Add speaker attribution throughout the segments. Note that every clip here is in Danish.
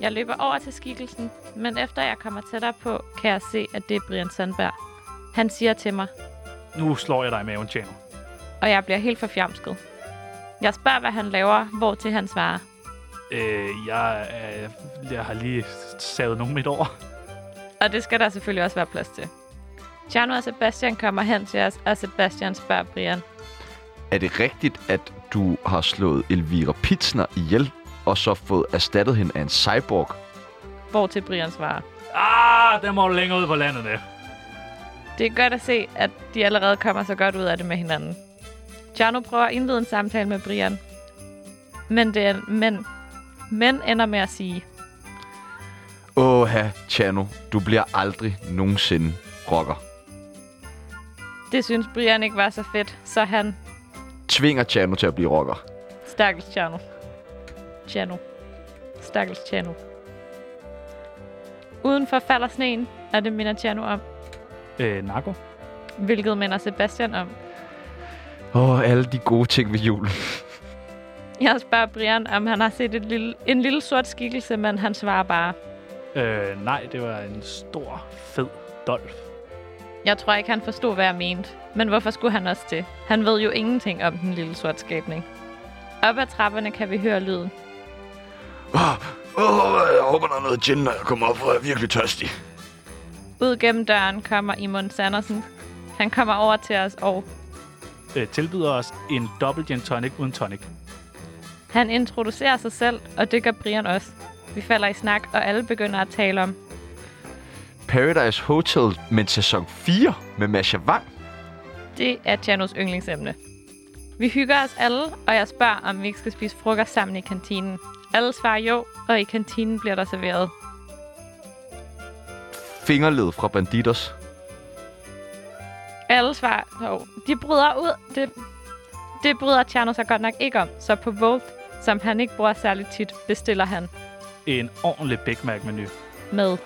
Speaker 1: Jeg løber over til skikkelsen, men efter jeg kommer tættere på, kan jeg se, at det er Brian Sandberg. Han siger til mig,
Speaker 2: Nu slår jeg dig i maven, Tjano.
Speaker 1: og jeg bliver helt forfjamsket. Jeg spørger, hvad han laver, hvor til han svarer.
Speaker 2: Øh, jeg, øh, jeg har lige savet nogen midt over.
Speaker 1: Og det skal der selvfølgelig også være plads til. Tjerno og Sebastian kommer hen til os, og Sebastian spørger Brian.
Speaker 3: Er det rigtigt, at du har slået Elvira Pitsner ihjel, og så fået erstattet hende af en cyborg?
Speaker 1: Hvor til Brian svarer.
Speaker 2: Ah, den må du længere ud på landet med.
Speaker 1: Det er godt at se, at de allerede kommer så godt ud af det med hinanden. Tjerno prøver at indlede en samtale med Brian. Men, det er, men, men ender med at sige,
Speaker 3: Åha, Chano, du bliver aldrig nogensinde rocker.
Speaker 1: det synes Brian ikke var så fedt, så han
Speaker 3: Tvinger Chano til at blive rocker.
Speaker 1: Stakkels Tjerno. Tjerno. Stakkels Tjerno. Udenfor falder sneen, og det minder Tjerno om,
Speaker 2: Øh, narko?
Speaker 1: hvilket minder Sebastian om.
Speaker 3: Åh, oh, alle de gode ting ved julen.
Speaker 1: Jeg spørger Brian, om han har set et lille, en lille sort skikkelse, men han svarer bare.
Speaker 2: Øh, nej, det var en stor, fed dolf.
Speaker 1: Jeg tror ikke, han forstod, hvad jeg mente. Men hvorfor skulle han også det? Han ved jo ingenting om den lille sort skabning. Op ad trapperne kan vi høre lyden.
Speaker 3: Ah, Åh, oh, jeg håber, der er noget gin, når jeg kommer op, for jeg er virkelig tørstig.
Speaker 1: Ud gennem døren kommer Imon Sandersen. Han kommer over til os, og
Speaker 2: Øh, tilbyder os en dobbelt gin tonic uden tonic.
Speaker 1: Han introducerer sig selv, og det gør Brian også. Vi falder i snak, og alle begynder at tale om.
Speaker 3: Paradise Hotel, men sæson 4 med Masha Wang.
Speaker 1: Det er Tjernos yndlingsemne. Vi hygger os alle, og jeg spørger, om vi ikke skal spise frokost sammen i kantinen. Alle svarer jo, og i kantinen bliver der serveret.
Speaker 3: Fingerled fra Banditos.
Speaker 1: Alle svarer jo. De bryder ud. Det, det bryder Tjerno sig godt nok ikke om, så på Volt, som han ikke bruger særlig tit, bestiller han
Speaker 2: En ordentlig Big Mac-menu.
Speaker 1: med.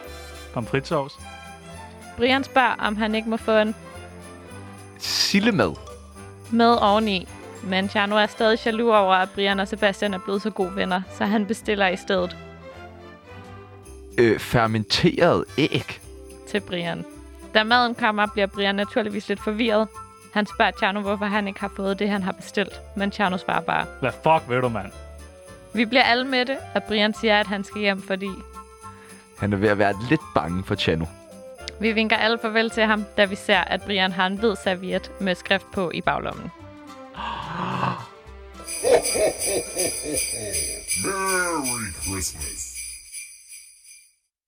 Speaker 2: Pomfritsovs.
Speaker 1: Brian spørger, om han ikke må få en
Speaker 3: Sillemad.
Speaker 1: med oveni. Men Tjerno er stadig jaloux over, at Brian og Sebastian er blevet så gode venner, så han bestiller i stedet
Speaker 3: Øh, fermenteret æg.
Speaker 1: til Brian. Da maden kommer, bliver Brian naturligvis lidt forvirret. Han spørger Tjerno, hvorfor han ikke har fået det, han har bestilt, men Tjerno svarer bare.
Speaker 2: Hvad fuck ved du, mand?
Speaker 1: Vi bliver alle med det, og Brian siger, at han skal hjem, fordi
Speaker 3: Han er ved at være lidt bange for Chano.
Speaker 1: vi vinker alle farvel til ham, da vi ser, at Brian har en hvid serviet med skrift på i baglommen.
Speaker 4: Merry Christmas.